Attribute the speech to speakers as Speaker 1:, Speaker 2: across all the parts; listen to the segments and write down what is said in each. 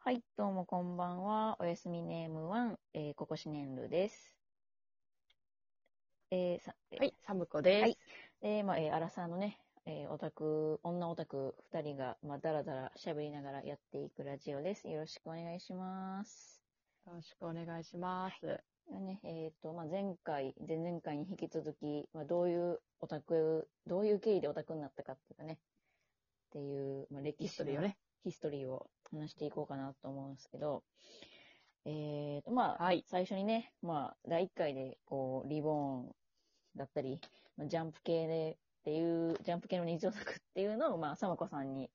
Speaker 1: はい、どうもこんばんは。おやすみネームワン、えー、ここしねんるです。えー、さ、えー
Speaker 2: はい、サムコです。
Speaker 1: はいえーまあ、えー、アラサーのね、えー、オタク、女オタク二人が、まあ、だらだら喋りながらやっていくラジオです。よろしくお願いします。
Speaker 2: よろしくお願いします。
Speaker 1: ね、えっ、と、まあ、前回、前々回に引き続き、まあ、どういうオタク、どういう経緯でオタクになったかっていうかね、っていう、まあ、歴
Speaker 2: ヒ
Speaker 1: 史
Speaker 2: スト
Speaker 1: の
Speaker 2: リーをね。
Speaker 1: ヒストリーを話していこうかなと思うんですけど、えーと、まあ、
Speaker 2: はい
Speaker 1: 最初にね、まあ、第1回で、こう、リボーンだったり、まあジャンプ系で、っていう、ジャンプ系の日常作っていうのを、まあ、さまこさんに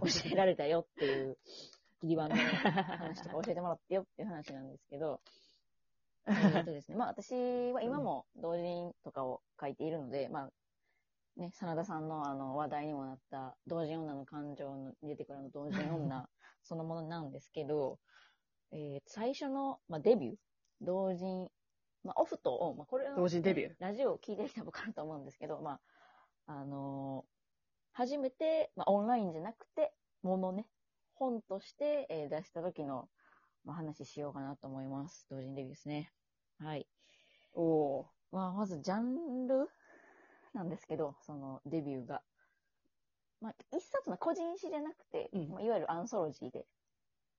Speaker 1: 教えられたよっていう、切り板の話とか教えてもらってよっていう話なんですけど、えーとですね、まあ私は今も同人とかを書いているので、まあ、ね、真田さんのあの話題にもなった、同人女の感情の出てくるあの同人女そのものなんですけど、えー最初の、まあ、デビュー、同人、まあ、オフとオン、まあ、これは
Speaker 2: 同時デビュー。
Speaker 1: ラジオを聞いてる人は分かると思うんですけど、まあ、あのー初めて、まあ、オンラインじゃなくて、ものね、本として、えー出した時の、まあ、話しようかなと思います。同人デビューですね。はい。
Speaker 2: おお
Speaker 1: まあ、まずジャンルなんですけど、そのデビューが。まあ、一冊の個人誌じゃなくて、
Speaker 2: うん
Speaker 1: まあ、いわゆるアンソロジーで、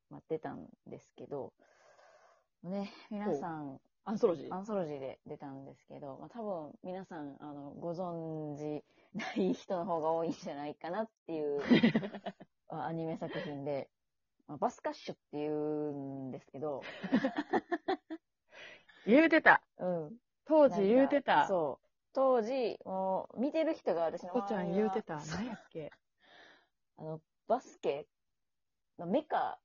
Speaker 1: まあ、出たんですけど、ね、皆さん、
Speaker 2: ー。アンソロジー。
Speaker 1: アンソロジーで出たんですけど、まあ、多分皆さん、あの、ご存知ない人の方が多いんじゃないかなって いう、あアニメ作品で、まあ、バスカッシュっていうんですけど、
Speaker 2: 言うてた。
Speaker 1: うん。
Speaker 2: 当時言うて
Speaker 1: なん
Speaker 2: た。
Speaker 1: かそう。当時、もう、見てる人が私の
Speaker 2: こちゃ
Speaker 1: 周り
Speaker 2: ん
Speaker 1: は
Speaker 2: 言うてた。
Speaker 1: そう
Speaker 2: 何やっけ
Speaker 1: あの、バスケ、まあメカ、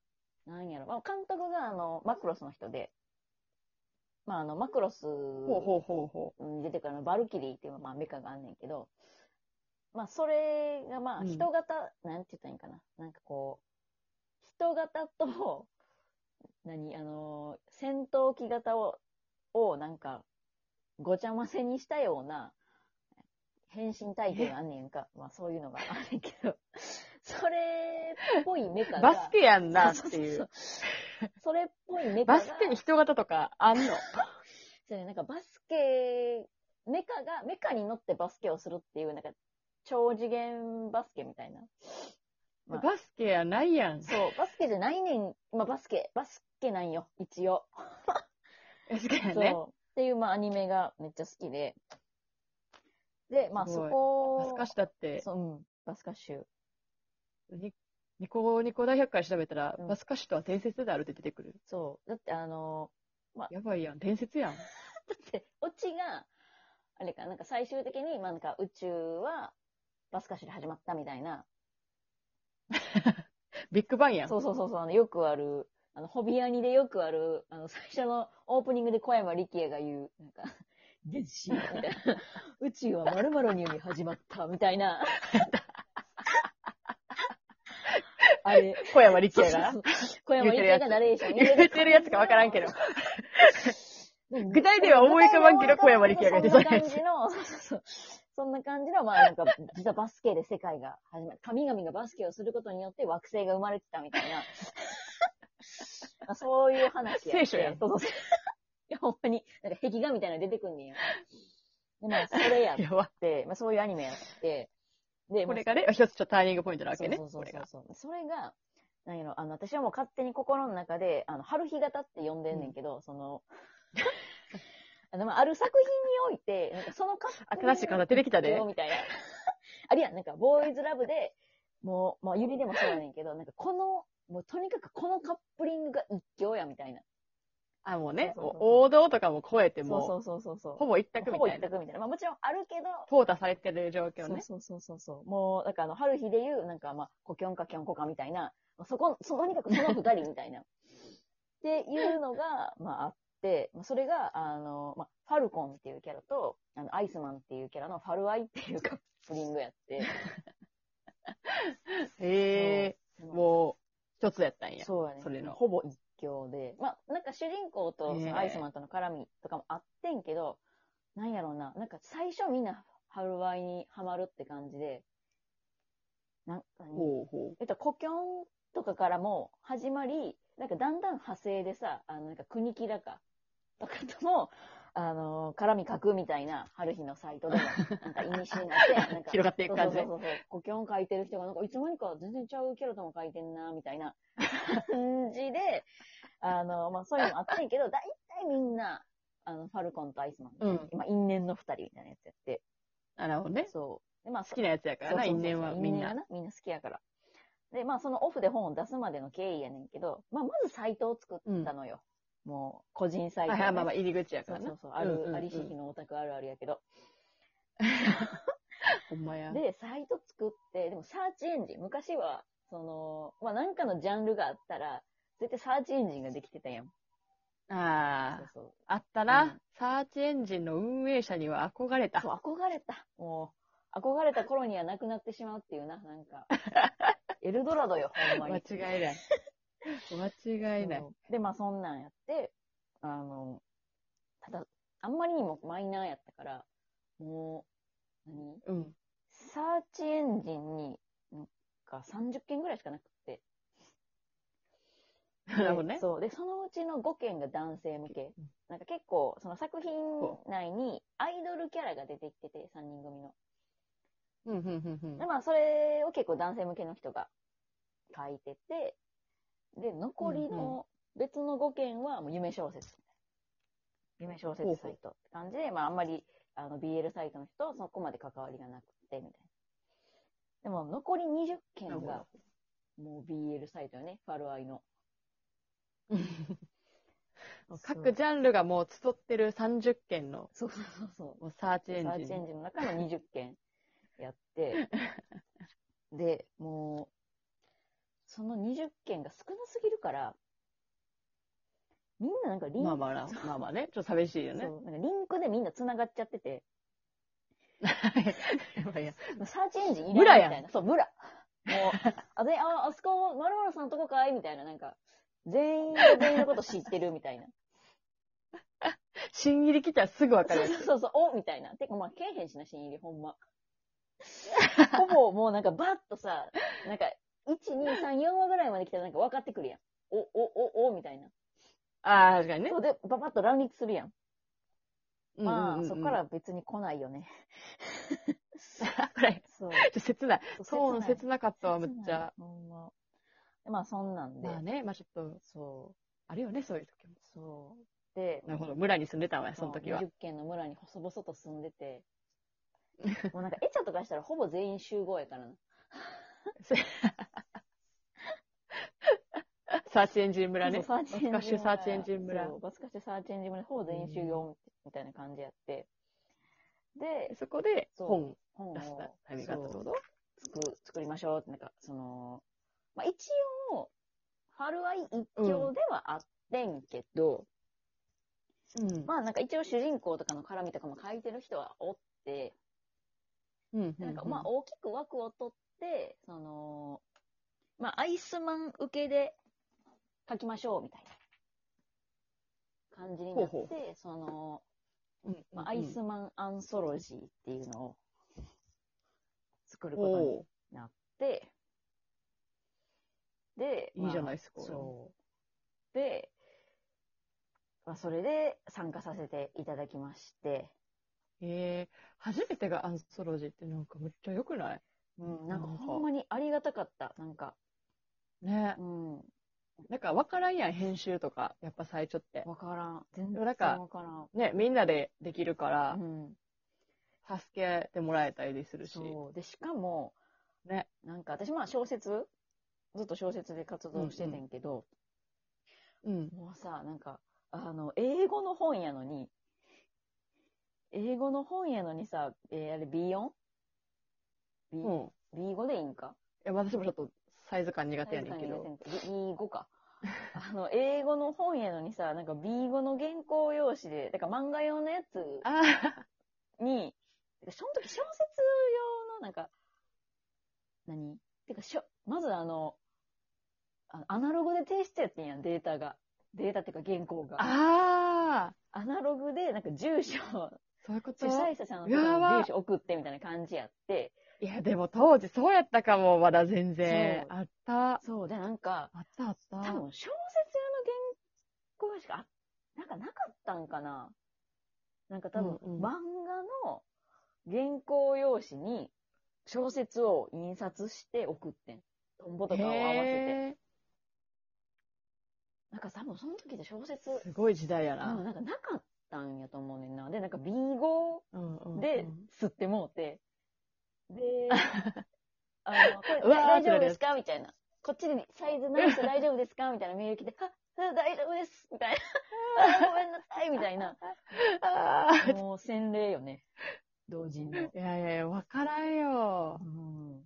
Speaker 1: なんやろ、まあ、監督があの、マクロスの人で、まあ、あの、マクロス、
Speaker 2: ほうほうほうほ
Speaker 1: うん出てくるあのバルキリーっていう、まあ、メカがあんねんけど、まあ、それが、まあ、
Speaker 2: うん
Speaker 1: 人型、なんて言ったらいいんかな。なんかこう、人型と、何、あのー戦闘機型を、を、なんか、ごちゃ混ぜにしたような、変身体系があんねんか。まあ、そういうのがあんねんけど、 それっぽいメカ
Speaker 2: う。
Speaker 1: が。
Speaker 2: バスケやんなっ
Speaker 1: そう
Speaker 2: て
Speaker 1: そう
Speaker 2: い
Speaker 1: そうう。。それっぽいメカが。
Speaker 2: バスケに人型とかあんの
Speaker 1: そうね、なんかバスケ、メカが、メカに乗ってバスケをするっていう、なんか、超次元バスケみたいな。まあ
Speaker 2: バスケやないやん。
Speaker 1: そう、バスケじゃないねん。まあ、バスケ、バスケなんよ、一応。
Speaker 2: バスケや
Speaker 1: そう。
Speaker 2: ね。
Speaker 1: っていう、まあ、アニメがめっちゃ好きで。で、まあ、
Speaker 2: す
Speaker 1: そ
Speaker 2: ごい
Speaker 1: こ
Speaker 2: バスカシだって、
Speaker 1: そう、うん、バスカッシュ。
Speaker 2: にニコニコ大百科調べたら
Speaker 1: うん、
Speaker 2: バスカシとは伝説であるって出てくる。
Speaker 1: そう。だって、あの
Speaker 2: やばいやん。伝説やん。
Speaker 1: で、オチが、あれか、なんか最終的に、まあなんか宇宙はバスカッシュで始まったみたいな。
Speaker 2: ビッグバンやん
Speaker 1: そ。うそうそうそう、あの、よくある、あの、ホビアニでよくある、あの、最初のオープニングで小山力也が言う、なんか、原子、みたいな。宇宙は〇〇により始まった、みたい な。あれ、
Speaker 2: 小山力也が
Speaker 1: そう。そうそう小山力也がナレーション
Speaker 2: 言ってるやつかわからんけど。具体では思い浮かばんけど、小山力也が出て
Speaker 1: そん
Speaker 2: る
Speaker 1: な感
Speaker 2: や
Speaker 1: じ
Speaker 2: つ。
Speaker 1: の、そうそうそう。そんな感じの、まあなんか、実はバスケで世界が始まる。神々がバスケをすることによって惑星が生まれてたみたい な。まあそういう話やって。
Speaker 2: 聖書やん
Speaker 1: そうそうそういや、ほんまに、なんか壁画みたいなの出てくんねんや。で、まあ、それやっ
Speaker 2: やば。
Speaker 1: て、まあそういうアニメやって、で、
Speaker 2: こ
Speaker 1: まあ
Speaker 2: れがね、一つちょっとターニングポイントなわけね。
Speaker 1: そうそ
Speaker 2: こ
Speaker 1: う
Speaker 2: れ
Speaker 1: そう
Speaker 2: が。
Speaker 1: そうそれが、なんやろ、あの、私はもう勝手に心の中で、あの、春日型って呼んでんねんけど、その、 あの、まあ、ある作品において、なんかその格好
Speaker 2: 新しい方出てきたで
Speaker 1: よ。みたいな。 あるやん、なんか、ボーイズラブで、もう、まあ、指でもそうやねんけど、なんか、この、もう、とにかくこのカップリングが一強や、みたいな。
Speaker 2: あ、もうね、
Speaker 1: そうそうそう
Speaker 2: お王道とかも超えて、もう、
Speaker 1: そうそうそうそう。
Speaker 2: ほぼ一択み
Speaker 1: ほぼ
Speaker 2: た
Speaker 1: 一
Speaker 2: いな。
Speaker 1: 択みたいな。まあ、もちろんあるけど、
Speaker 2: 淘汰されてる状況ね。
Speaker 1: そうそうそうそうそう。もう、だからあの、春日で言う、なんかまあ、コキョンかキョンコかみたいな、まあそこ、そのとにかくその二人みたいな。 っていうのが、まああって、まあそれが、あの、まあ、ファルコンっていうキャラと、あの、アイスマンっていうキャラのファルアイっていうカップリングやって。
Speaker 2: へえ
Speaker 1: そ
Speaker 2: ー、
Speaker 1: う
Speaker 2: もう、一つやったんや。
Speaker 1: そうやね。
Speaker 2: それの
Speaker 1: ほぼ一強で。まあ、なんか主人公とそ
Speaker 2: ねえ
Speaker 1: のアイスマンとの絡みとかもあってんけど、なんやろうな。なんか最初みんなハルワイにハマるって感じで、なんか、
Speaker 2: ほうほう。
Speaker 1: えっと、コキョンとかからも始まり、なんかだんだん派生でさ、あの、なんか国木だか、とかとも、あの、絡み書くみたいな、春日のサイトでも、なんか意味しになって、なんか、
Speaker 2: 広がっていく感じ
Speaker 1: そうそうそうそう。古今書いてる人が、なんかいつの間にか全然ちゃうキャラとも書いてんな、みたいな感じで、あの、まあそういうのもあったんやけど、大体みんな、あの、ファルコンとアイスマン、
Speaker 2: うん
Speaker 1: 今、因縁の二人みたいなやつやって、
Speaker 2: あなるほどね。
Speaker 1: そう。で、まあ、
Speaker 2: 好きなやつやからな、因縁はみん
Speaker 1: 因縁は
Speaker 2: な。
Speaker 1: な。みんな好きやから。で、まあ、そのオフで本を出すまでの経緯やねんけど、まあ、まずサイトを作ったのよ。もう、個人サイ
Speaker 2: は
Speaker 1: ト、
Speaker 2: いはい、まあまあ、入り口やか
Speaker 1: そう
Speaker 2: ら
Speaker 1: そ
Speaker 2: な
Speaker 1: う。そう、ある、
Speaker 2: うんうんうん
Speaker 1: ありし日のオタクあるあるやけど。
Speaker 2: ほんまや。
Speaker 1: で、サイト作って、でもサーチエンジン、昔は、その、まあ、なんかのジャンルがあったら、絶対サーチエンジンができてたやん。
Speaker 2: あ
Speaker 1: そうそ
Speaker 2: あ、
Speaker 1: う。
Speaker 2: あった
Speaker 1: う。
Speaker 2: なんサーチエンジンの運営者には憧れた
Speaker 1: そ。う、憧れた。もう、憧れた頃にはなくなってしまうっていうな、なん か。エルドラドよ、ほんま
Speaker 2: 間
Speaker 1: に。
Speaker 2: 違 いない。間違いない。
Speaker 1: そうで、まあそんなんやって、あの、ただ、あんまりにもマイナーやったから、もう、何
Speaker 2: うん。
Speaker 1: サーチエンジンに、なんか30件ぐらいしかなくって。
Speaker 2: なるほど
Speaker 1: で
Speaker 2: ね。
Speaker 1: そう。で、そのうちの5件が男性向け。なんか結構、その作品内にアイドルキャラが出てきてて、3人組の。
Speaker 2: うん、うん、うん、うん
Speaker 1: で、。まあ、それを結構男性向けの人が書いてて、で、残り
Speaker 2: うん
Speaker 1: の別の5件はもう夢小説。夢小説サイトって感じで、まあ、あんまり、あの、BL サイトの人はそこまで関わりがなくて、みたいな。でも、残り20件
Speaker 2: なるほ
Speaker 1: が、もう BL サイトよね、ファルアイの。
Speaker 2: 各ジャンルがもう集ってる30件の
Speaker 1: そうそうそうそう。
Speaker 2: もうサーチエン
Speaker 1: サー
Speaker 2: ジ
Speaker 1: チエン
Speaker 2: ン。
Speaker 1: ジンの中の20件や って、で、もう、その20件が少なすぎるから、みんななんかリンク、
Speaker 2: まあまあな、まあまあね、ちょっと寂しいよね。
Speaker 1: そうなんかリンクでみんな繋がっちゃってて、
Speaker 2: いやいや
Speaker 1: サーチエンジンい
Speaker 2: ブラ
Speaker 1: らな
Speaker 2: や
Speaker 1: いみたい
Speaker 2: ん
Speaker 1: な。そう、ブラ。もう、あ、で、あ、あそこ、まるまるさんのとこかいみたいな、なんか、全員が全員のこと知ってるみたいな。
Speaker 2: 新入り来たらすぐわか
Speaker 1: そう
Speaker 2: るやつ。
Speaker 1: そうそう、おみたいな。てか、まあ、けえへんしな、新入り、ほんま。ほぼ、もうなんか、バッとさ、なんか、1、2、3、4話ぐらいまで来たらなんか分かってくるやん。お、お、お、お、みたいな。
Speaker 2: ああ、確かにね。
Speaker 1: そうで、ばばっと乱立するやん。
Speaker 2: うんうん
Speaker 1: ま
Speaker 2: うん
Speaker 1: あ、そっから別に来ないよ ね。
Speaker 2: これ、
Speaker 1: そう。
Speaker 2: ちょっと切ない。そう、
Speaker 1: 切
Speaker 2: 切なかった
Speaker 1: な
Speaker 2: わ、
Speaker 1: い
Speaker 2: むっちゃ。。
Speaker 1: ほんま。まあ、そんなんで。
Speaker 2: まあね、まあちょっと、
Speaker 1: そ
Speaker 2: あるよね、そういう時も。
Speaker 1: う。そう。で、
Speaker 2: なるほど、村に住んでたわよ、その時は。
Speaker 1: 20軒の村に細々と住んでて、もうなんか、エチャとかしたらほぼ全員集合やからな。
Speaker 2: サーチエンジン村ね。
Speaker 1: そうそう
Speaker 2: 懐かしいサーチエンジン村
Speaker 1: そう懐かしいサーチエンジン村、ほぼ全員集合みたいな感じやって。で、
Speaker 2: そこで、
Speaker 1: そう
Speaker 2: 本
Speaker 1: 本を
Speaker 2: 出したタイミングがあったって
Speaker 1: そ
Speaker 2: こ
Speaker 1: う
Speaker 2: と
Speaker 1: 作作りましょうって、なんか、その、まあ、一応、春愛一強ではあってんけど、
Speaker 2: うん
Speaker 1: まあなんか一応主人公とかの絡みとかも書いてる人はおって、
Speaker 2: うん
Speaker 1: なんかまあ大きく枠を取って、その、まあアイスマン受けで書きましょうみたいな感じになって、
Speaker 2: ほうほ
Speaker 1: その、
Speaker 2: うんうん
Speaker 1: まあ、アイスマンアンソロジーっていうのを作ることに
Speaker 2: お
Speaker 1: なって、で、
Speaker 2: いいじゃないですか
Speaker 1: まあ
Speaker 2: これ
Speaker 1: そう。で、まあ、それで参加させていただきまして、
Speaker 2: ええ初めてがアンソロジーってなんかめっちゃ良くない
Speaker 1: うん、なんか
Speaker 2: なんか
Speaker 1: ほんまにありがたかった。なんか、
Speaker 2: ね
Speaker 1: う。ん、
Speaker 2: なんか分からんやん、編集とか、やっぱ最初って。
Speaker 1: わからん。全
Speaker 2: で
Speaker 1: 然わ
Speaker 2: もなん
Speaker 1: か
Speaker 2: からね、みんなでできるから
Speaker 1: ん。う、ん。
Speaker 2: 助けてもらえたりするし。
Speaker 1: そう。で、しかも、
Speaker 2: ね。
Speaker 1: なんか私まあ小説、ずっと小説で活動しててんけど、
Speaker 2: うん。
Speaker 1: もうさ、なんか、あの、英語の本やのに、英語の本やのにさ、えーあれ B4?B、
Speaker 2: うん。い
Speaker 1: B5 でいいんか
Speaker 2: や、私もちょっとサイズ感苦手やねんけ
Speaker 1: 確
Speaker 2: ど。
Speaker 1: かに苦手やねんけど B5 か。あの、英語の本やのにさ、なんか B5 の原稿用紙で、だから漫画用のやつ
Speaker 2: ああ、
Speaker 1: に、てかその時小説用のなんか、何てかしょ、まずあの、あアナログで提出やってんやん、データが。データっていうか原稿が。
Speaker 2: ああ、
Speaker 1: アナログで、なんか住所、
Speaker 2: そういうこ
Speaker 1: 主
Speaker 2: と。
Speaker 1: 催者さんのところに住所送ってみたいな感じやって、
Speaker 2: いや、でも当時そうやったかも、まだ全然。
Speaker 1: そう
Speaker 2: あった。
Speaker 1: そう、で、なんか、
Speaker 2: あったあっ
Speaker 1: 多
Speaker 2: た。
Speaker 1: 分小説用の原稿しか、あなんかなかったんかな。なんか多分、
Speaker 2: うんうん
Speaker 1: 漫画の原稿用紙に小説を印刷して送ってん。トンボとかを合わせて。
Speaker 2: へ
Speaker 1: なんか多分その時で小説、
Speaker 2: ーすごい時代や
Speaker 1: うん
Speaker 2: な。
Speaker 1: なんかなかったんやと思うねんな。で、なんか B 語
Speaker 2: うんうんうん
Speaker 1: で、吸ってもうて、 で、あの、これ
Speaker 2: うわー
Speaker 1: 大丈
Speaker 2: そ
Speaker 1: 夫で
Speaker 2: れです
Speaker 1: すかみたいな。こっちにサイズ直して大丈夫ですかみたいなメール来て、あ、あ大丈夫ですみたいな。あごめんなさいみたい な。
Speaker 2: あー
Speaker 1: もう洗礼よね。同時に。
Speaker 2: いやいやいや、わからんよ
Speaker 1: う。ん。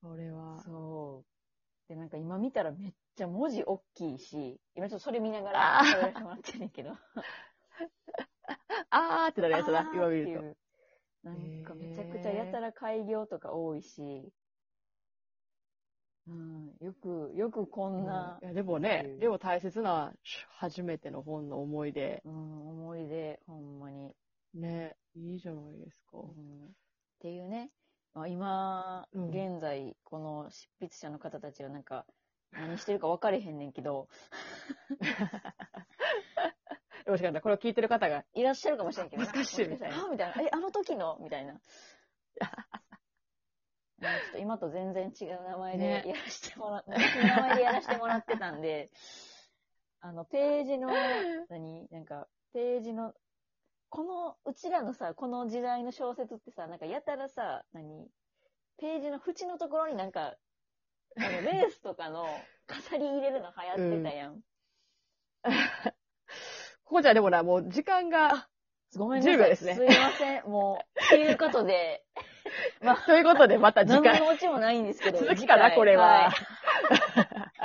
Speaker 2: それは。
Speaker 1: そう。で、なんか今見たらめっちゃ文字大きいし、今ちょっとそれ見ながら
Speaker 2: あー
Speaker 1: 喋らせてもらってんねんけど。
Speaker 2: あーってなるやつ
Speaker 1: あ
Speaker 2: だ
Speaker 1: ーっ、て
Speaker 2: 今見る
Speaker 1: い
Speaker 2: と。
Speaker 1: うなんかめちゃくちゃやたら開業とか多いし、うん、よく、よくこんな、
Speaker 2: いやでも
Speaker 1: ってい
Speaker 2: ね
Speaker 1: う、
Speaker 2: でも大切な初めての本の思い出。
Speaker 1: うん、思い出、ほんまに、
Speaker 2: ね、いいじゃないですか。
Speaker 1: うんっていうね、まあ、今、
Speaker 2: うん
Speaker 1: 現在、この執筆者の方たちはなんか、何してるか分かれへんねんけど、
Speaker 2: もしかしたらこれを聞いてる方が、
Speaker 1: いらっしゃるかもしれんけどな、
Speaker 2: 懐かしい
Speaker 1: もかたらあ、みたいな、え、あの時のみた いな。うんちょっと今と全然違う名前で
Speaker 2: ね
Speaker 1: やらしてもらっ、別の名前でやらしてもらってたんで、 あの、ページの、何なんか、ページの、この、うちらのさ、この時代の小説ってさ、なんかやたらさ、何ページの縁のところになんか、あ のレースとかの飾り入れるの流行ってたやん。
Speaker 2: ここじゃでもな、もう時間が、
Speaker 1: ごめんなさい。
Speaker 2: 10秒ですね
Speaker 1: すいません。もう、ということで、
Speaker 2: ということでまた次
Speaker 1: 何
Speaker 2: 回。
Speaker 1: のオチもないんですけど。
Speaker 2: 続きか
Speaker 1: 次
Speaker 2: な
Speaker 1: 回
Speaker 2: これ
Speaker 1: は
Speaker 2: は
Speaker 1: い